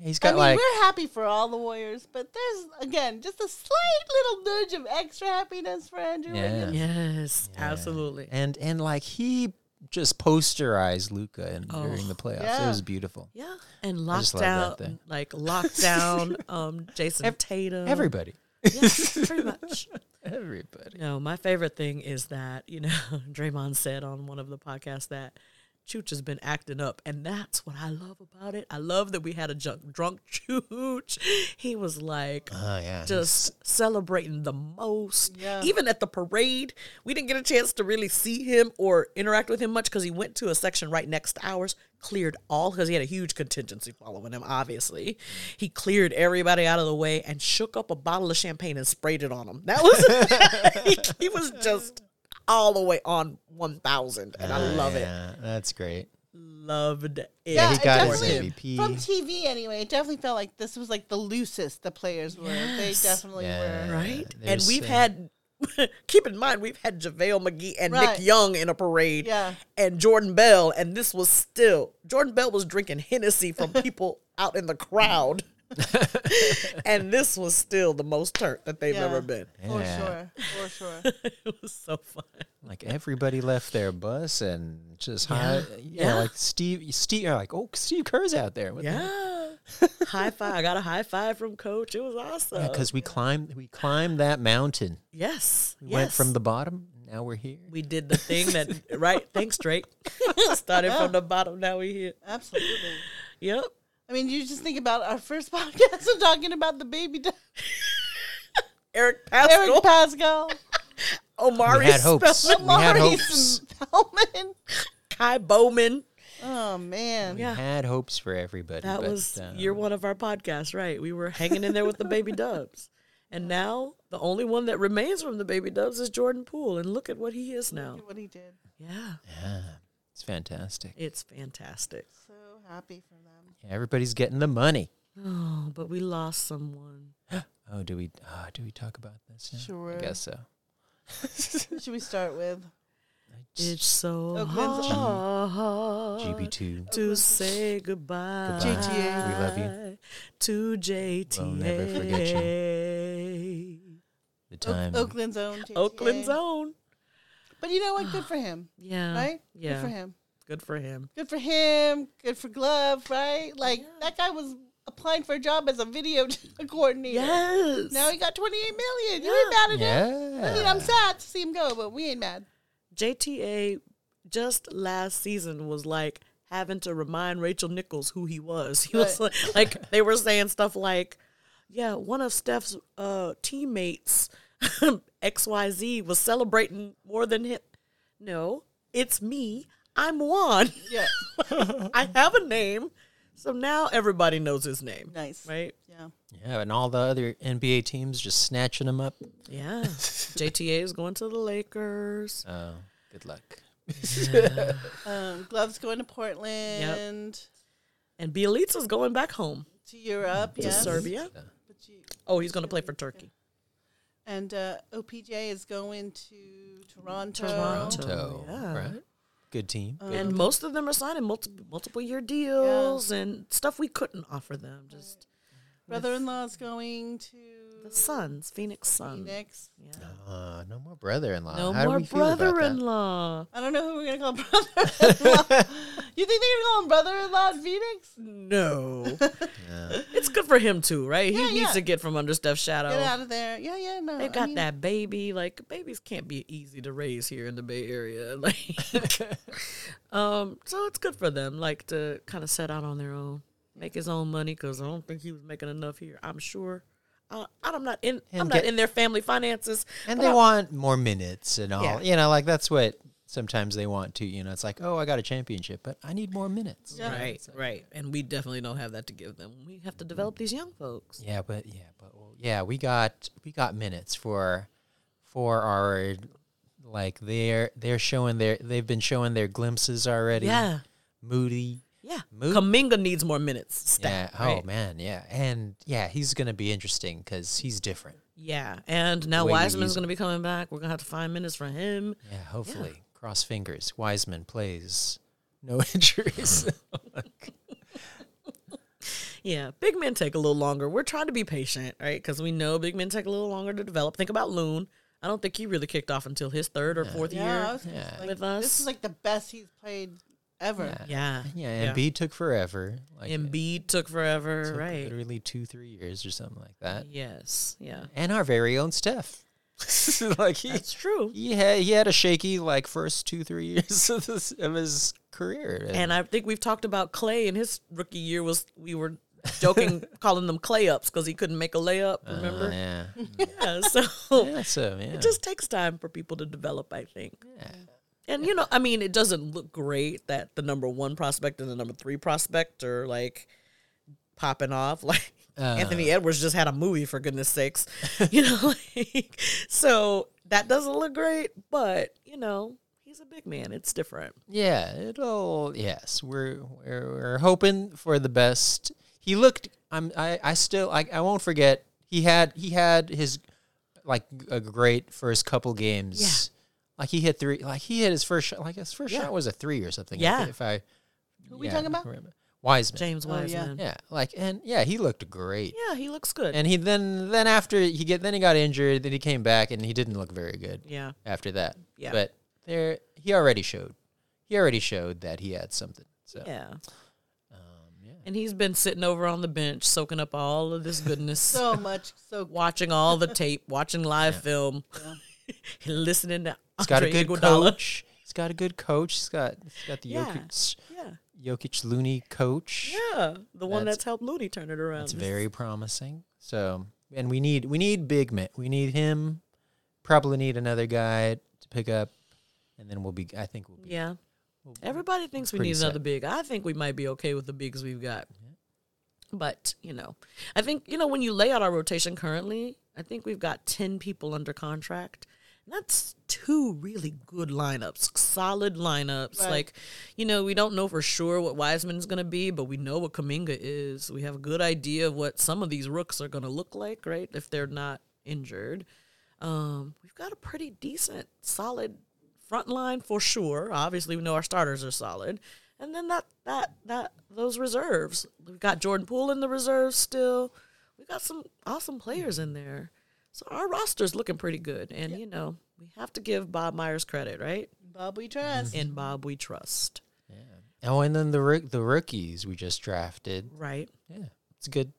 He's
I
got
mean,
like
we're happy for all the Warriors, but there's again just a slight little nudge of extra happiness for Andrew Wiggins.
yeah.
yes, absolutely.
and and like he just posterized Luca and during the playoffs. It
yeah.
was beautiful.
Oh, Yeah, and
I just love that
lockdown,
thing.
like lockdown, um, Jason Tatum.
Everybody,
Yeah, pretty much.
everybody.
No, my favorite thing is that, you know, Draymond said on one of the podcasts that Chooch has been acting up. And that's what I love about it. I love that we had a junk, drunk Chooch. He was like
Oh yeah,
just celebrating the most.
Yeah.
Even at the parade, we didn't get a chance to really see him or interact with him much because he went to a section right next to ours, cleared all, because he had a huge contingency following him, obviously. He cleared everybody out of the way and shook up a bottle of champagne and sprayed it on him. That was, he, he was just all the way on 1,000. And I love it.
Yeah, that's great.
Loved it.
Yeah,
he got his
definitely
MVP.
From TV, anyway, it definitely felt like this was like the loosest the players were.
Yes.
They definitely
Yeah.
were.
right? And
there's,
we've
uh,
had, keep in mind, we've had JaVale McGee and
Right.
Nick Young in a parade,
Yeah.
and Jordan Bell, and this was still Jordan Bell was drinking Hennessy from people out in the crowd, and this was still the most turnt that they've
Yeah.
ever been.
For
Yeah.
sure. For sure.
It was so fun.
Like everybody left their bus and just high, yeah. Like Steve, Steve, you're like oh Steve Kerr's out there. What the heck?
Yeah, high five! I got a high five from Coach. It was awesome.
because we climbed we climbed that mountain.
yes,
We went
yes.
from the bottom. Now we're here.
We did the thing that right. Thanks, Drake. Started from the bottom. Now we here.
Absolutely.
Yep.
I mean, you just think about our first podcast and talking about the baby d-
Eric Pascal.
Eric Pascal,
Omari
We had hopes.
Spellman,
We had
Omari
hopes.
Spellman.
Kai Bowman.
Oh man,
Yeah.
We had hopes for everybody.
That
but,
was
um,
year one of our podcast, right? We were hanging in there with the baby dubs. And now the only one that remains from the baby dubs is Jordan Poole. And look at what he is now.
Look at what he did.
Yeah.
Yeah, it's fantastic.
It's fantastic.
So happy for them.
Yeah, everybody's getting the money.
Oh, but we lost someone.
Oh, do we? Uh, do we talk about this? now?
Sure.
I guess so.
Who should we start with?
It's so
Oakland's-
hard
GB two.
to say goodbye.
Goodbye. JTA. We love you.
To JTA.
We'll never forget The
Oak-
time.
Oakland's own. JTA.
Oakland's own.
But you know what? Good for him,
Yeah.
right?
Yeah.
Good for him.
Good for him.
Good for him. Good for Glove, right? Like that guy was applying for a job as a video coordinator.
Yes.
Now he got 28 million. You ain't mad at him. I mean,
Yeah.
I'm sad to see him go, but we ain't mad.
JTA just last season was like having to remind Rachel Nichols who he was. He was like, like, they were saying stuff like, "Yeah, one of Steph's uh, teammates, X Y Z, was celebrating more than him." No, it's me. I'm Juan.
Yeah.
I have a name. So now everybody knows his name,
Nice.
right?
Yeah.
Yeah, and all the other NBA teams just snatching him up.
Yeah. JTA is going to the Lakers.
Oh, good luck.
Um, Glove's going to Portland,
And Bielitsa's going back home
to Europe,
to
yes.
Serbia.
But you-
Oh, he's going to play for Turkey.
And uh, OPJ is going to Toronto.
Toronto.
Toronto,
Oh, yeah. Uh,
right? Good team.
and most of them are signing multiple multiple year deals and stuff we couldn't offer them. Just
Brother-in-law is going to
the Suns, Phoenix Suns.
Phoenix.
Yeah.
Uh, no more brother-in-law.
No
How do
more
we feel about that?
brother-in-law.
I don't know who we're gonna call brother-in-law. you think they're gonna call him brother-in-law in Phoenix?
No, it's good for him too, right?
Yeah,
he needs
yeah.
to get from under Steph Shadow.
Get out of there. Yeah, yeah, no.
They've
I
got
mean,
that baby. Like babies can't be easy to raise here in the Bay Area. Like, um, so it's good for them, like to kind of set out on their own, make his own money. Because I don't think he was making enough here. I'm sure. Uh, I'm not in. I'm
And
not
get-
in their family finances.
And
but
they
I-
want more minutes and all.
Yeah.
You know, like that's what sometimes they want to. You know, it's like, oh, I got a championship, but I need more minutes. Yeah,
Right, right. And we definitely don't have that to give them. We have to develop these young folks.
but yeah, but well, yeah, we got we got minutes for for our like they're they're showing their they've been showing their glimpses already.
Yeah.
Moody.
Yeah.
Move-
Kaminga needs more minutes. Stat,
yeah. Oh
right?
man. Yeah. And yeah, he's gonna be interesting because he's different.
Yeah. And now
way we
Wiseman's
use
going to be coming back. We're going to have to find minutes for him.
Yeah. Hopefully, cross fingers. Wiseman plays. No injuries.
Yeah. Big men take a little longer. We're trying to be patient, right? Because we know big men take a little longer to develop. Think about Loon. I don't think he really kicked off until his third or fourth
Yeah, I
year
was gonna say, like,
with us.
This is like the best he's played ever.
yeah.
yeah, Embiid took forever. Like
Embiid took forever,
took
right?
Literally two, three years or something like that.
Yes. Yeah.
And our very own Steph. like he
That's true.
he had he had a shaky like first two, three years of, this, of his career.
And I think we've talked about Clay in his rookie year was we were joking calling them clay ups because he couldn't make a layup. Remember?
Uh, yeah.
yeah. So
yeah. So yeah.
it just takes time for people to develop. I think. And you know, I mean, it doesn't look great that the number one prospect and the number three prospect are like popping off. Like
Uh.
Anthony Edwards just had a movie for goodness sakes, you know. Like, so that doesn't look great, but you know, he's a big man. It's different.
Yeah, it'll. Yes, we're we're, we're hoping for the best. He looked. I'm. I. I still. I. I won't forget. He had. He had his, like a great first couple games. Like he hit three. Like he hit his first shot. Like his first shot was a three or something. if-
Yeah.
If, I. Who
we talking about?
Wiseman.
James Wiseman.
Yeah. Like and yeah, he looked great.
Yeah, he looks good.
And he then then after he get then he got injured. Then he came back and he didn't look very good
yeah,
after that.
Yeah.
But there, he already showed. He already showed that he had something. So
yeah.
Um,
And he's been sitting over on the bench, soaking up all of this goodness,
So much, so
watching all the tape, watching live film, listening to
he's got
Andre
a good
Iguodala.
coach. He's got a good coach. He's got he's got the
Yeah.
Jokic,
Yeah,
Jokic Looney coach.
yeah, the one
That's-
that's, helped Looney turn it around.
That's
This-
very promising. So and we need we need big men. We need him. Probably need another guy to pick up, and then we'll be. I think we'll be.
yeah. Everybody thinks we
pretty
need another
set.
big. I think we might be okay with the bigs we've got. But you know, I think you know when you lay out our rotation currently, I think we've got ten people under contract. And That's two really good lineups, solid lineups.
Right.
Like, you know, we don't know for sure what Wiseman's going to be, but we know what Kaminga is. We have a good idea of what some of these rooks are going to look like, right? If they're not injured, um, we've got a pretty decent, solid front line for sure. Obviously, we know our starters are solid, and then that that that those reserves. We've got Jordan Poole in the reserves still. We've got some awesome players in there, so our roster's looking pretty good. And you know, we have to give Bob Myers credit, right?
Bob we
Mm-hmm.
trust.
In Bob we trust,
Oh, and then the rook- the rookies we just drafted.
right?
Yeah, it's good.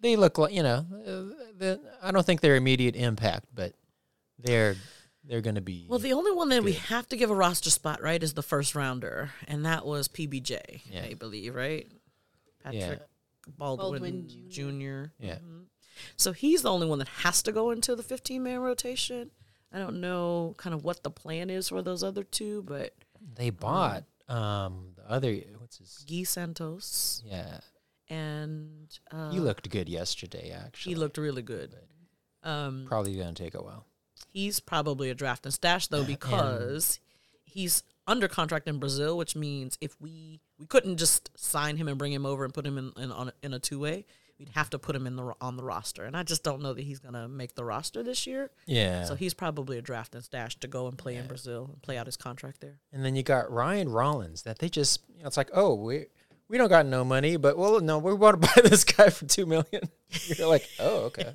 They look like you know. Uh, the, I don't think they're immediate impact, but they're they're going to be.
Well, the only one that we have to give a roster spot, right, is the first rounder, and that was PBJ,
Yeah.
I believe, right? Patrick
Yeah.
Baldwin,
Baldwin
Jr.
yeah,
So he's the only one that has to go into the 15 man rotation. I don't know kind of what the plan is for those other two, but
they bought um the other what's his
Guy Santos
yeah
and uh,
You looked good yesterday, actually.
he looked really good. Um,
Probably gonna take a while.
he's probably a draft and stash though because he's under contract in Brazil, which means if we we couldn't just sign him and bring him over and put him in, in on a- in a two way, we'd have to put him in the ro- on the roster, and I just don't know that he's gonna make the roster this year.
Yeah.
So he's probably a draft and stash to go and play in Brazil and play out his contract there.
and then you got Ryan Rollins that they just you know, it's like, oh, we we don't got no money, but well no, we want to buy this guy for two million. You're like, oh, okay.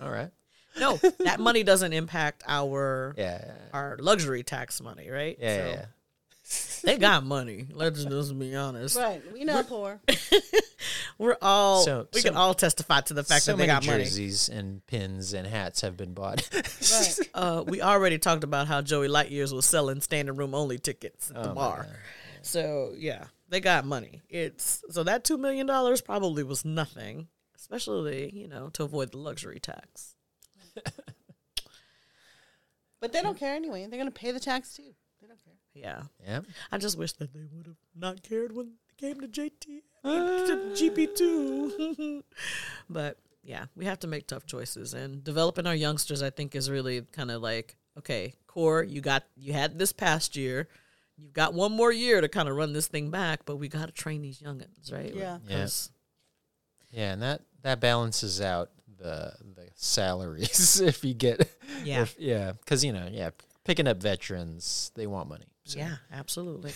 All right.
No, that money doesn't impact our
Yeah.
our luxury tax money, right?
Yeah.
So
yeah.
they got money. Let's just be honest.
Right. We know poor.
We're all
So-
we
so-
can all testify to the fact
so
that they
many
got money.
jerseys and pins and hats have been bought.
Right.
Uh, we already talked about how Joey Lightyears was selling standing room only tickets
Oh,
at the bar. So yeah, they got money. It's so that two million dollars probably was nothing, especially you know to avoid the luxury tax.
But they don't care anyway. They're going to pay the tax too. They don't care.
Yeah,
yeah.
I just wish that they would have not cared when it came to JT to GP two. but yeah, we have to make tough choices and developing our youngsters. I think is really kind of like okay, core. You got you had this past year. You've got one more year to kind of run this thing back, but we got to train these youngins, right?
Yeah.
Yeah.
'Cause-
Yeah, and that that balances out the the salaries if you get
Yeah.
if- yeah, cuz you know, yeah, picking up veterans, they want money. So,
Yeah, absolutely.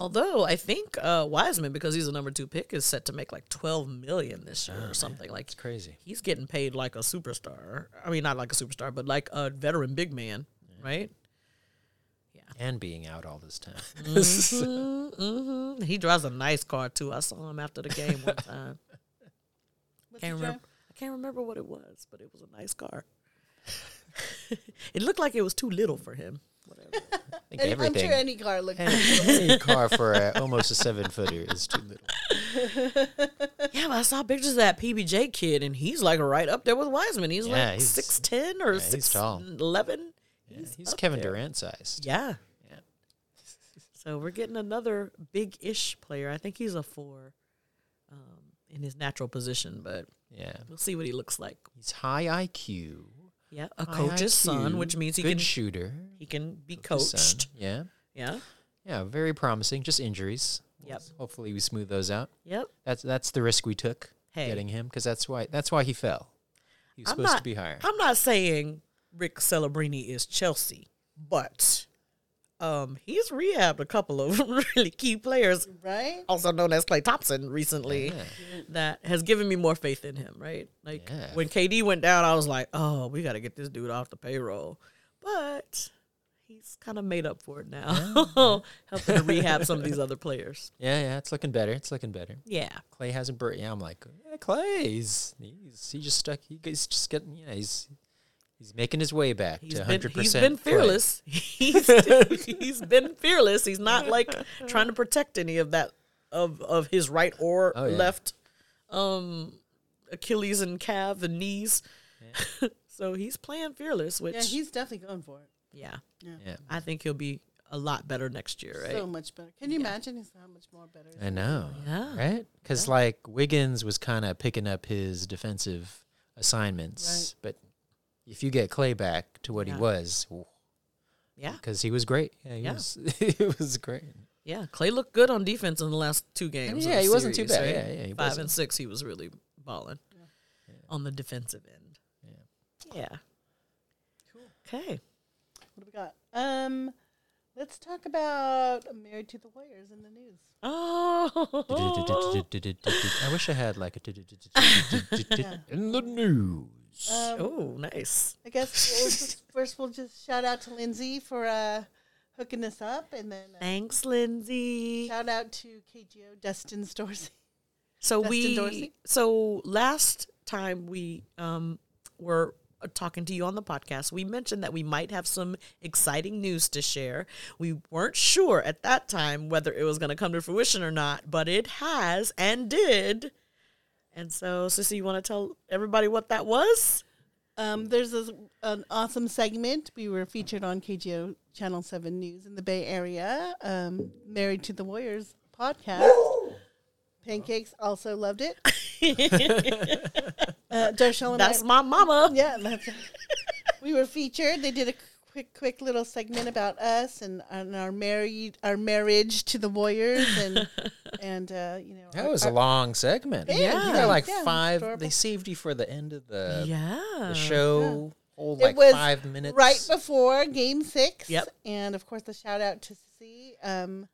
Although I think uh, Wiseman, because he's a number two pick, is set to make like twelve million this year or something. Like
It's crazy.
he's getting paid like a superstar. I mean, not like a superstar, but like a veteran big man, right?
And being out all this time.
Mm-hmm. He drives a nice car too. I saw him after the game one time.
What's
can't
the
remember. I can't remember what it was, but it was a nice car. it looked like it was too little for him.
I think
And I'm
everything.
sure any car looks
any car for a, almost a seven footer is too little.
Yeah, but I saw pictures of that PBJ kid, and he's like right up there with Wiseman. He's
Yeah,
like
he's-
six ten or
yeah, he's
six
tall.
eleven.
Yeah, he's Kevin Durant sized.
Yeah.
Yeah.
So we're getting another big ish player. I think he's a four um, in his natural position, but
Yeah.
we'll see what he looks like.
He's high IQ.
Yeah, a
high
coach's son,
IQ,
which means he
good
can
shooter.
he can be
His son,
coached.
Yeah.
Yeah.
Yeah. Very promising. Just injuries.
Yep.
Hopefully we smooth those out.
Yep.
That's that's the risk we took
Hey.
getting him because that's why that's why he fell. He was
I'm
supposed
not,
to be higher.
I'm not saying Rick Celebrini is Chelsea, but um, he's rehabbed a couple of really key players
right.
also known as Clay Thompson recently that has given me more faith in him, right? Like
Yeah.
when KD went down, I was like, oh, we got to get this dude off the payroll. But he's kind of made up for it now, helping to rehab some of these other players.
yeah, yeah. It's looking better. It's looking better.
Yeah.
Clay hasn't bur- yeah, I'm like, yeah, Clay's he's he just stuck he, he's just getting yeah, he's he's making his way back
He's
to
been,
hundred
he's
percent.
been fearless. He's, he's been fearless. He's not like trying to protect any of that of of his right or
Oh, yeah.
left um Achilles and calf and knees. so he's playing fearless, which
Yeah, he's definitely going for it.
Yeah.
Yeah.
I think he'll be a lot better next year, right?
So much better. Can you imagine it's how much more better?
I know.
Yeah.
Right? Because, like, Wiggins was kind of picking up his defensive assignments. But if you get Clay back to what
Yeah.
he was,
yeah.
because he was great. Yeah. He,
Yeah.
Was, he was great.
Yeah. Clay looked good on defense in the last two games. of
yeah,
the
he wasn't too
series,
bad.
right?
Yeah, yeah, he
5
wasn't.
and six, he was really balling on the defensive end. Yeah. Yeah. Okay.
What do we got? Um, let's talk about Married to the Warriors in the news.
Oh.
I wish I had, like, a. In the news.
Uh,
oh, nice.
I guess we'll just, first we'll just shout out to Lindsay for uh, hooking us up, and then uh,
Thanks, Lindsay.
shout out to KGO Dustin Storsey.
So
Dustin
we
Dorsey?
so last time we um were uh, talking to you on the podcast, we mentioned that we might have some exciting news to share. We weren't sure at that time whether it was going to come to fruition or not, but it has and did. And so, Sissy, you want to tell everybody what that was?
Um, there's a, an awesome segment. We were featured on KGO Channel 7 News in the Bay Area, um, Married to the Warriors podcast. Pancakes also loved it. uh, Darshell and I-
That's my mama.
yeah, that's we were featured. They did a quick, quick little segment about us and, and our married, our marriage to the Warriors, and and uh, you know,
That
our-
was a
our-
long segment.
Yeah,
you
yeah,
got like
yeah, it was
five. They
adorable.
saved you for the end of the
Yeah.
the show. Whole
It
like
was
five minutes.
right before Game Six.
Yep.
and of course the shout out to C. Um,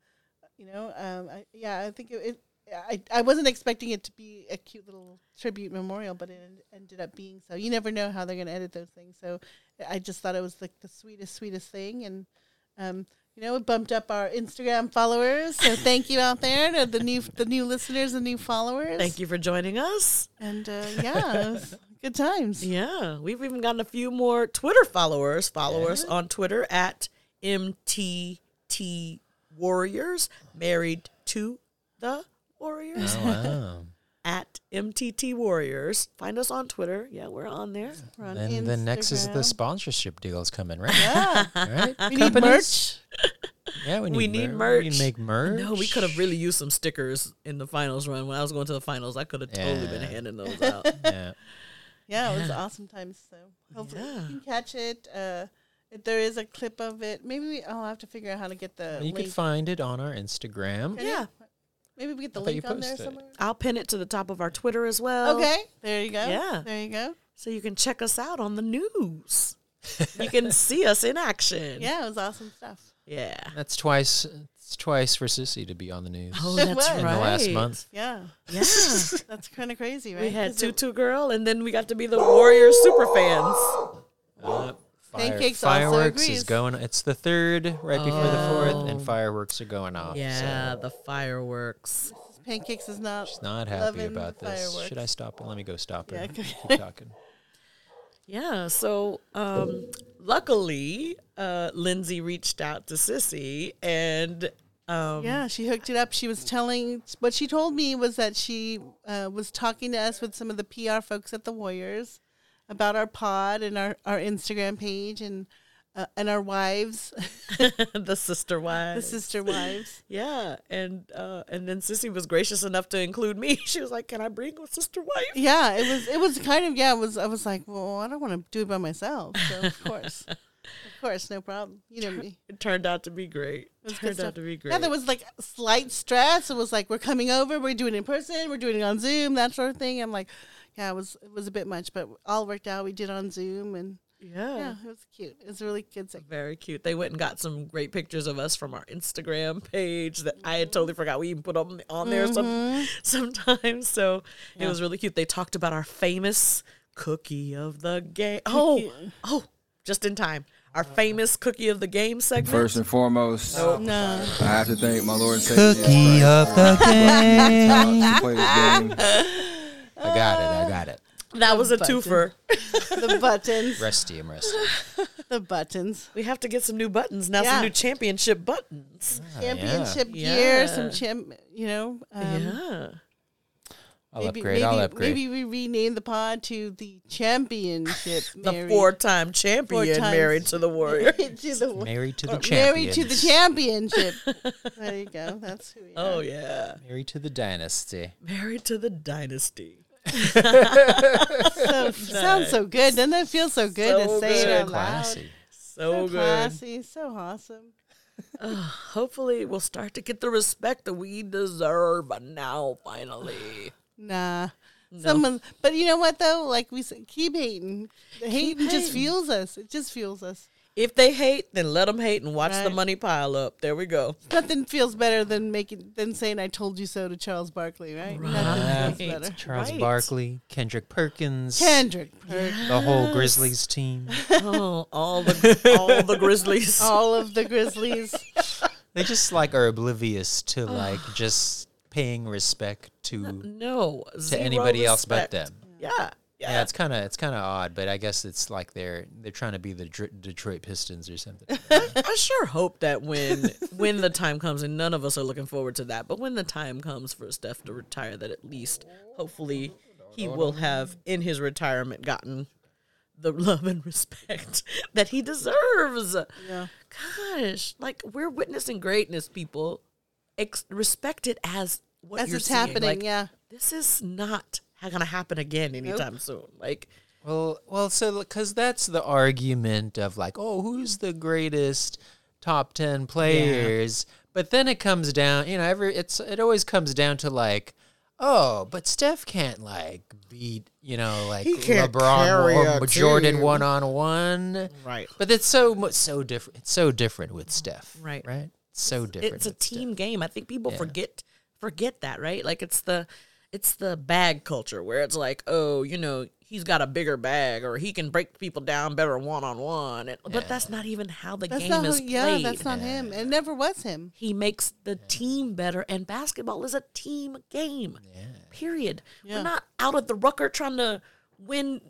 you know, um, I, yeah, I think it. it I, I wasn't expecting it to be a cute little tribute memorial, but it en- ended up being so. You never know how they're going to edit those things. So I just thought it was like the sweetest, sweetest thing. And, um, you know, it bumped up our Instagram followers. So thank you out there to the new the new listeners and new followers.
Thank you for joining us.
And uh, yeah, it was good times.
Yeah, we've even gotten a few more Twitter followers. Follow us on Twitter at MTT Warriors, married to the Warriors.
Oh, Wow.
At MTT Warriors. Find us on Twitter. Yeah, we're on there.
We're on
Then the next is the
Instagram.
sponsorship deals coming, right?
Yeah.
All right.
We need merch.
Yeah, we need,
We need
mer- We
merch.
make merch.
No, we could have really used some stickers in the finals run. When I was going to the finals, I could have totally been
Yeah.
handing those out.
Yeah.
Yeah, it was awesome times. So hopefully
Yeah.
you can catch it. Uh, if there is a clip of it, maybe we, I'll have to figure out how to get the
You
link.
can find it on our Instagram.
Can you?
yeah.
Maybe we get the
I thought you
link on there
posted it. Oh,
somewhere.
I'll pin it to the top of our Twitter as well.
okay, there you go.
Yeah.
there you go.
So you can check us out on the news. You can see us in action.
Yeah, it was awesome stuff.
Yeah.
That's twice. It's twice for Sissy to be on the news
Oh,
It
that's
was.
right.
In
in the last month.
Yeah,
Yeah.
that's kind of crazy, right?
we had
'Cause it-
Tutu Girl, and then we got to be the Warrior super fans.
Uh,
Pancakes also
fireworks
agrees. Oh.
is going. It's the third, right before the fourth, and fireworks are going off.
Yeah,
so
the fireworks.
pancakes is not
she's not happy
loving
about this. Should I
fireworks.
stop? her? Let me go stop her.
Yeah, okay.
Keep talking.
Yeah, so um, luckily, uh, Lindsay reached out to Sissy, and um,
Yeah, she hooked it up. She was telling what she told me was that she uh, was talking to us with some of the PR folks at the Warriors about our pod and our, our Instagram page and uh, and our wives,
the sister
the
wives.
sister wives.
yeah, and uh, and then Sissy was gracious enough to include me. She was like, "Can I bring a sister wife?"
Yeah, it was it was kind of yeah. It was I was like, well, I don't want to do it by myself. So of course, of course, no problem. You know me.
It turned out to be great. It
It was good
turned
stuff.
out to be great.
Yeah, there was like slight stress. It was like we're coming over, we're doing it in person, we're doing it on Zoom, that sort of thing. I'm like, yeah, it was it was a bit much, but all worked out. We did on Zoom, and yeah,
yeah.
it was cute. It was a really good. Segment.
Very cute. They went and got some great pictures of us from our Instagram page that I had totally forgot we even put on, on there
Mm-hmm.
some, sometimes. So it was really cute. They talked about our famous cookie of the game. Oh, oh, just in time. Our
Uh-huh.
famous cookie of the game segment.
First and foremost,
No,
I have to thank my Lord and Savior. Cookie
of the
To play this
I got
game.
it. I
Ah.
got it.
that was a twofer.
the buttons,
Resty, I'm resty.
the buttons,
We have to get some new buttons now.
Yeah.
Some new championship buttons.
championship
Yeah.
gear, some champ, you know. Um,
yeah.
I'll upgrade. I'll upgrade.
Maybe we rename the pod to the championship.
The
Mary.
four-time champion
times.
married to the warrior.
to the war-
Married to the champion.
Oh, Married to the championship. there you go. That's who we are.
oh yeah,
Married to the dynasty.
married to the dynasty.
so, sounds so good. Doesn't that feel so good
So
to say
good.
it out loud?
Classy.
So,
So
good.
classy, so awesome.
Hopefully, we'll start to get the respect that we deserve now, finally.
Nah. Someone, but you know what though? Like we said, keep hating. The hating just fuels us. It just fuels us.
If they hate, then let them hate and watch the
Right.
money pile up. There we go.
Nothing feels better than making than saying "I told you so" to Charles Barkley, right? Nothing feels better.
Charles
Right.
Barkley, Kendrick Perkins,
Kendrick,
the whole Grizzlies team.
Oh, all the all the Grizzlies.
Oh,
all of the Grizzlies.
They just like are oblivious to like just paying respect to
No,
to anybody else but them.
Yeah, yeah.
Yeah, it's kind of it's kind of odd, but I guess it's like they're they're trying to be the Dr- Detroit Pistons or something.
I sure hope that when when the time comes, and none of us are looking forward to that, but when the time comes for Steph to retire, that at least hopefully he will have in his retirement gotten the love and respect that he deserves.
Yeah.
Gosh, like we're witnessing greatness, people. Ex- respect it as what
As
you're
it's
seeing.
happening,
Like,
yeah.
This is not going to happen again anytime soon. Like,
Well, well, so because that's the argument of like, oh, who's the greatest top ten players? But then it comes down, you know, every it's it always comes down to like, oh, but Steph can't like beat, you know, like
He can't carry
LeBron or
a
Jordan
team.
one on one,
Right.
But it's so mu- so different. It's so different with Steph,
Right.
Right? It's so different.
it's a
with Steph.
team game. I think people forget forget that, right? Like it's the it's the bag culture where it's like, oh, you know, he's got a bigger bag or he can break people down better one on one. But that's not even how the
That's
game
not who,
is
yeah,
played.
that's not him. It never was him.
he makes the team better, and basketball is a team game. Period. We're not out of the rucker trying to win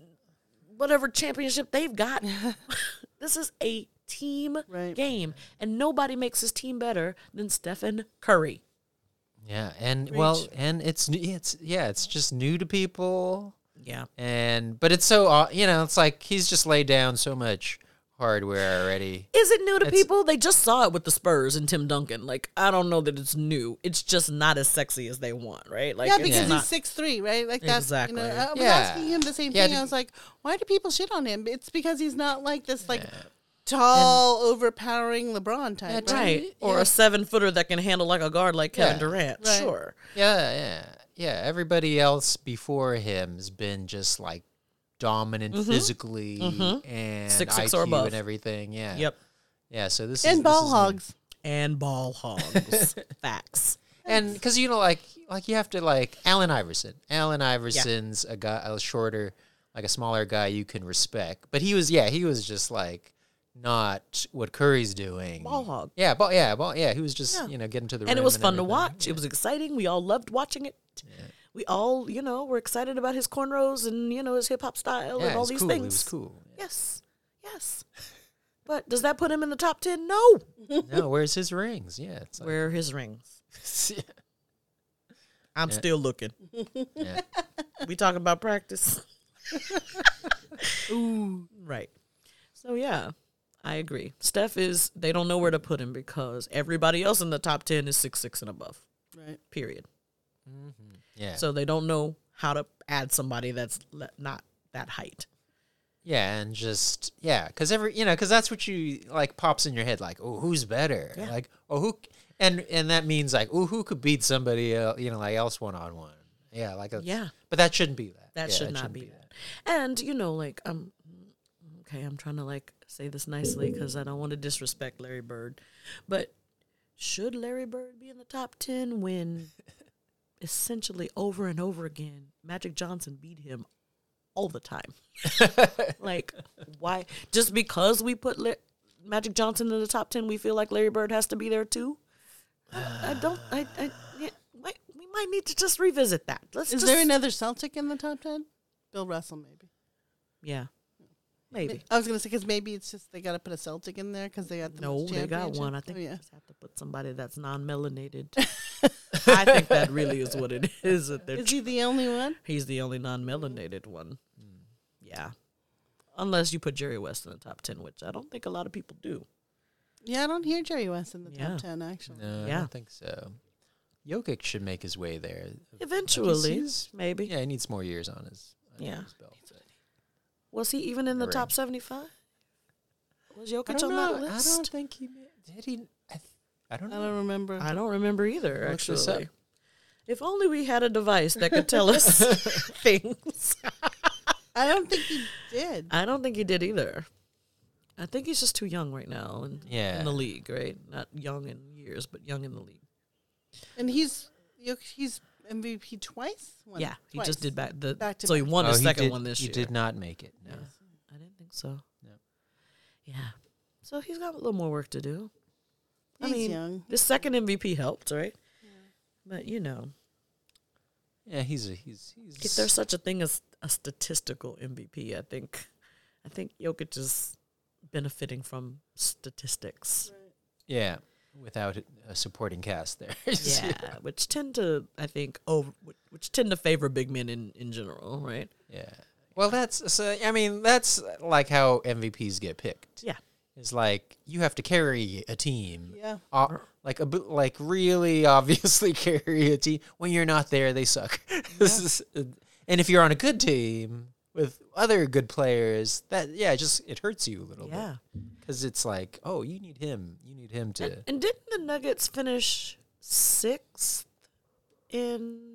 whatever championship they've got. this is a team
Right.
game, and nobody makes his team better than Stephen Curry.
Yeah, and well, and it's new- it's yeah, it's just new to people.
Yeah.
and but it's so au- you know it's like he's just laid down so much hardware already
Is it new to
It's-
people? They just saw it with the Spurs and Tim Duncan. Like, I don't know that it's new. It's just not as sexy as they want, right? Like,
yeah,
it's
because
not-
he's six three, right? Like that's
Exactly.
You know, I was
Yeah.
asking him the same
Yeah,
thing.
did-
I was like, why do people shit on him? It's because he's not like this, like tall, overpowering LeBron type.
Yeah,
right?
right. Or a seven footer that can handle like a guard like Kevin
Yeah.
Durant.
Right.
Sure.
yeah yeah yeah everybody else before him's been just like dominant physically and
Mm-hmm. Six, six
IQ
or above.
and everything yeah
Yep.
yeah so this is
And
this
ball
is new.
hogs.
And ball hogs. Facts.
and because you know like like you have to like Allen Iverson Allen Iverson's a guy a shorter like a smaller guy you can respect but he was yeah he was just like not what Curry's doing
Ball hog.
yeah ball yeah ball yeah he was just you know getting to the
And it
rim
was fun to
everything.
watch. It was exciting. We all loved watching it. We all, you know, were excited about his cornrows and, you know, his hip hop style
yeah,
and all
it was
these
cool.
things.
It was cool.
Yes. Yes. But does that put him in the top 10? No.
No, where's his rings? Yeah, it's like,
Where are his rings? I'm still looking.
yeah.
We talking about practice. Ooh. Right. So yeah, I agree. Steph is they don't know where to put him because everybody else in the top ten is six six and above. Right. Period.
yeah.
So they don't know how to add somebody that's le- not that height.
yeah, and just yeah, because every you know, because that's what you like pops in your head, like oh, who's better? Like oh, who? c- And and that means like oh, who could beat somebody? Uh, you know, like else one on one. Yeah, like that's-
Yeah.
but that shouldn't be that.
That
Yeah,
should not
shouldn't
be that. And you know, like um, okay, I'm trying to like say this nicely because I don't want to disrespect Larry Bird, but should Larry Bird be in the top ten when essentially over and over again Magic Johnson beat him all the time? like, why? Just because we put La- Magic Johnson in the top ten, we feel like Larry Bird has to be there too. I, I don't. I. I yeah, might, we might need to just revisit that. Let's.
Is
just,
there another Celtic in the top ten? Bill Russell, maybe.
Yeah. Maybe.
I was gonna say because maybe it's just they got to put a Celtic in there because they got the
No,
most
they got one. I
championships.
think
Oh,
we
yeah.
just have to put somebody that's non melanated. I think that really is what it is. That they're
Is he the only one?
he's the only non melanated one. Yeah. Unless you put Jerry West in the top 10, which I don't think a lot of people do.
Yeah, I don't hear Jerry West in the
Yeah.
top ten actually.
That. No, I
Yeah.
don't think so. Jokic should make his way there.
Eventually,
he's-
maybe.
Yeah, he needs more years on his on
Yeah.
his belt. but-
Was he even in the
Ring.
top 75? Was
I
Jokic
don't
on
know.
that
I don't
list?
think he ma- did. He I, th- I don't
I
know.
don't remember.
I don't remember either,
Look this up.
actually. If only we had a device that could tell us things.
I don't think he did.
I don't think he did either. I think he's just too young right now in,
Yeah.
in the league, right? Not young in years, but young in the league.
And he's you- he's MVP twice. Won
yeah, he just
twice.
did back the
Back to
so he
back.
won
Oh,
his
he
second
did-
one this
he
year.
did not make it. No.
I didn't think so.
No.
Yeah, so he's got a little more work to do.
He's
I mean,
young.
the second MVP helped, right? But you know,
Yeah, he's a he's he's
if there's such a thing as a statistical MVP, I think, I think Jokic is benefiting from statistics.
yeah without a supporting cast there.
yeah, which tend to, I think, over, which tend to favor big men in, in general, right?
yeah. Well, that's so. I mean, that's like how MVPs get picked.
Yeah,
is like you have to carry a team.
Yeah.
Uh, like a bu- like really obviously carry a team. When you're not there, they suck. this is, and if you're on a good team with other good players, that yeah, it just it hurts you a little
Yeah.
bit because it's like oh, you need him, you need him to.
And didn't the Nuggets finish sixth in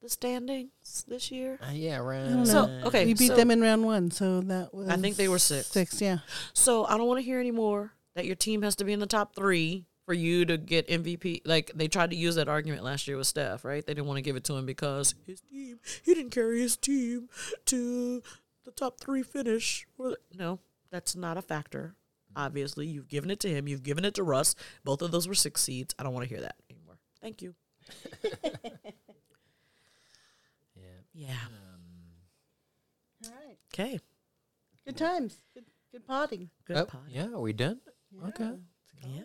the standings this year?
Uh, yeah, right.
So okay,
We beat
so-
them in round one, so that was.
I think they were six.
Six, yeah.
So I don't want to hear anymore that your team has to be in the top three for you to get MVP. Like they tried to use that argument last year with Steph, right? They didn't want to give it to him because his team he didn't carry his team to the top three finish. Well, No, that's not a factor. Obviously, you've given it to him. You've given it to Russ. Both of those were six seeds. I don't want to hear that anymore. Thank you. yeah. Yeah.
All right.
Okay.
Good times. Good, good potting.
Good
Oh,
pod.
yeah, we done. Okay.
Yeah.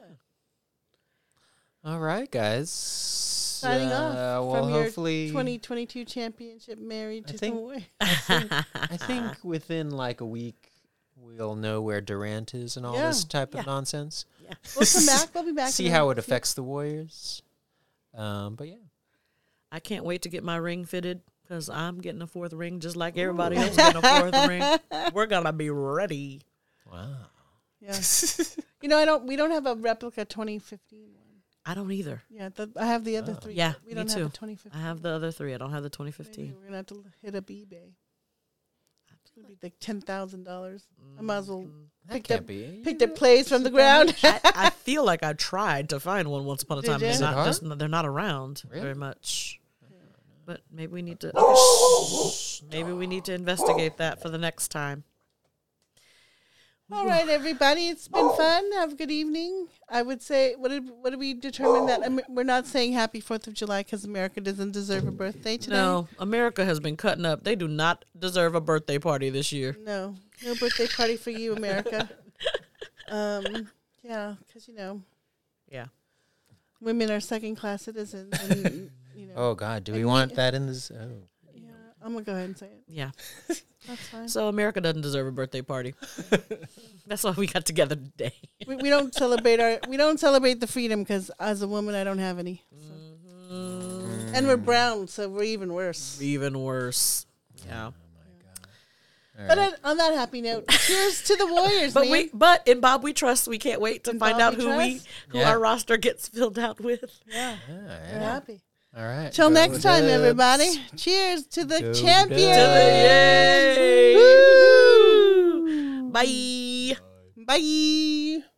All right, guys.
Signing
Uh,
off
Well,
from
hopefully,
your 2022 championship married
I
to
think-
the way.
I think within like a week we'll know where Durant is and all
Yeah.
this type
Yeah.
of nonsense.
We'll come back. We'll be back.
See
in a-
how it affects the Warriors. Um, but yeah,
I can't wait to get my ring fitted because I'm getting a fourth ring just like everybody else getting a fourth ring. We're gonna be ready.
wow.
Yeah. you know, I don't. We don't have a replica 2015 one.
I don't either.
Yeah, the, I have the other three.
Yeah,
we
me
don't have
too.
a
I
2015.
have the other three. I don't have the
Maybe
2015.
We're gonna have to l- hit up eBay. It's gonna be like ten thousand dollars. I might as well
Mm,
That
picked
can't
up
be.
picked up plays from the ground.
I, I feel like I tried to find one once upon a
Did
time.
ya?
They're
Is it
not,
hard?
just, they're not around very
Really?
much. But maybe we need to. maybe we need to investigate that for the next time.
All right, everybody, it's
Oh.
been fun. Have a good evening. I would say, what did what did we determine that Am- we're not saying Happy Fourth of July because America doesn't deserve a birthday today?
No, America has been cutting up. They do not deserve a birthday party this year.
no, no birthday party for you, America. um, yeah, because you know
Yeah.
women are second class citizens. And, you know,
Oh God, do we want that in this? Oh,
yeah, I'm gonna go ahead and say it.
Yeah.
That's fine.
So America doesn't deserve a birthday party. That's why we got together today.
we, we don't celebrate our we don't celebrate the freedom because as a woman I don't have any. so.
Mm-hmm.
And we're brown, so we're even worse.
Even worse. Yeah.
But on, on that happy note, cheers to the Warriors,
But
man.
we but in Bob we trust. We can't wait to
In
find
Bob
out
we
who we
trust?
who
Yeah.
our roster gets filled out with.
yeah,
yeah,
we're happy.
All right. uh,
Till
Go
next time,
Dubs.
everybody. Cheers to the
Go
champions.
Yay!
Woo!
Bye.
Bye.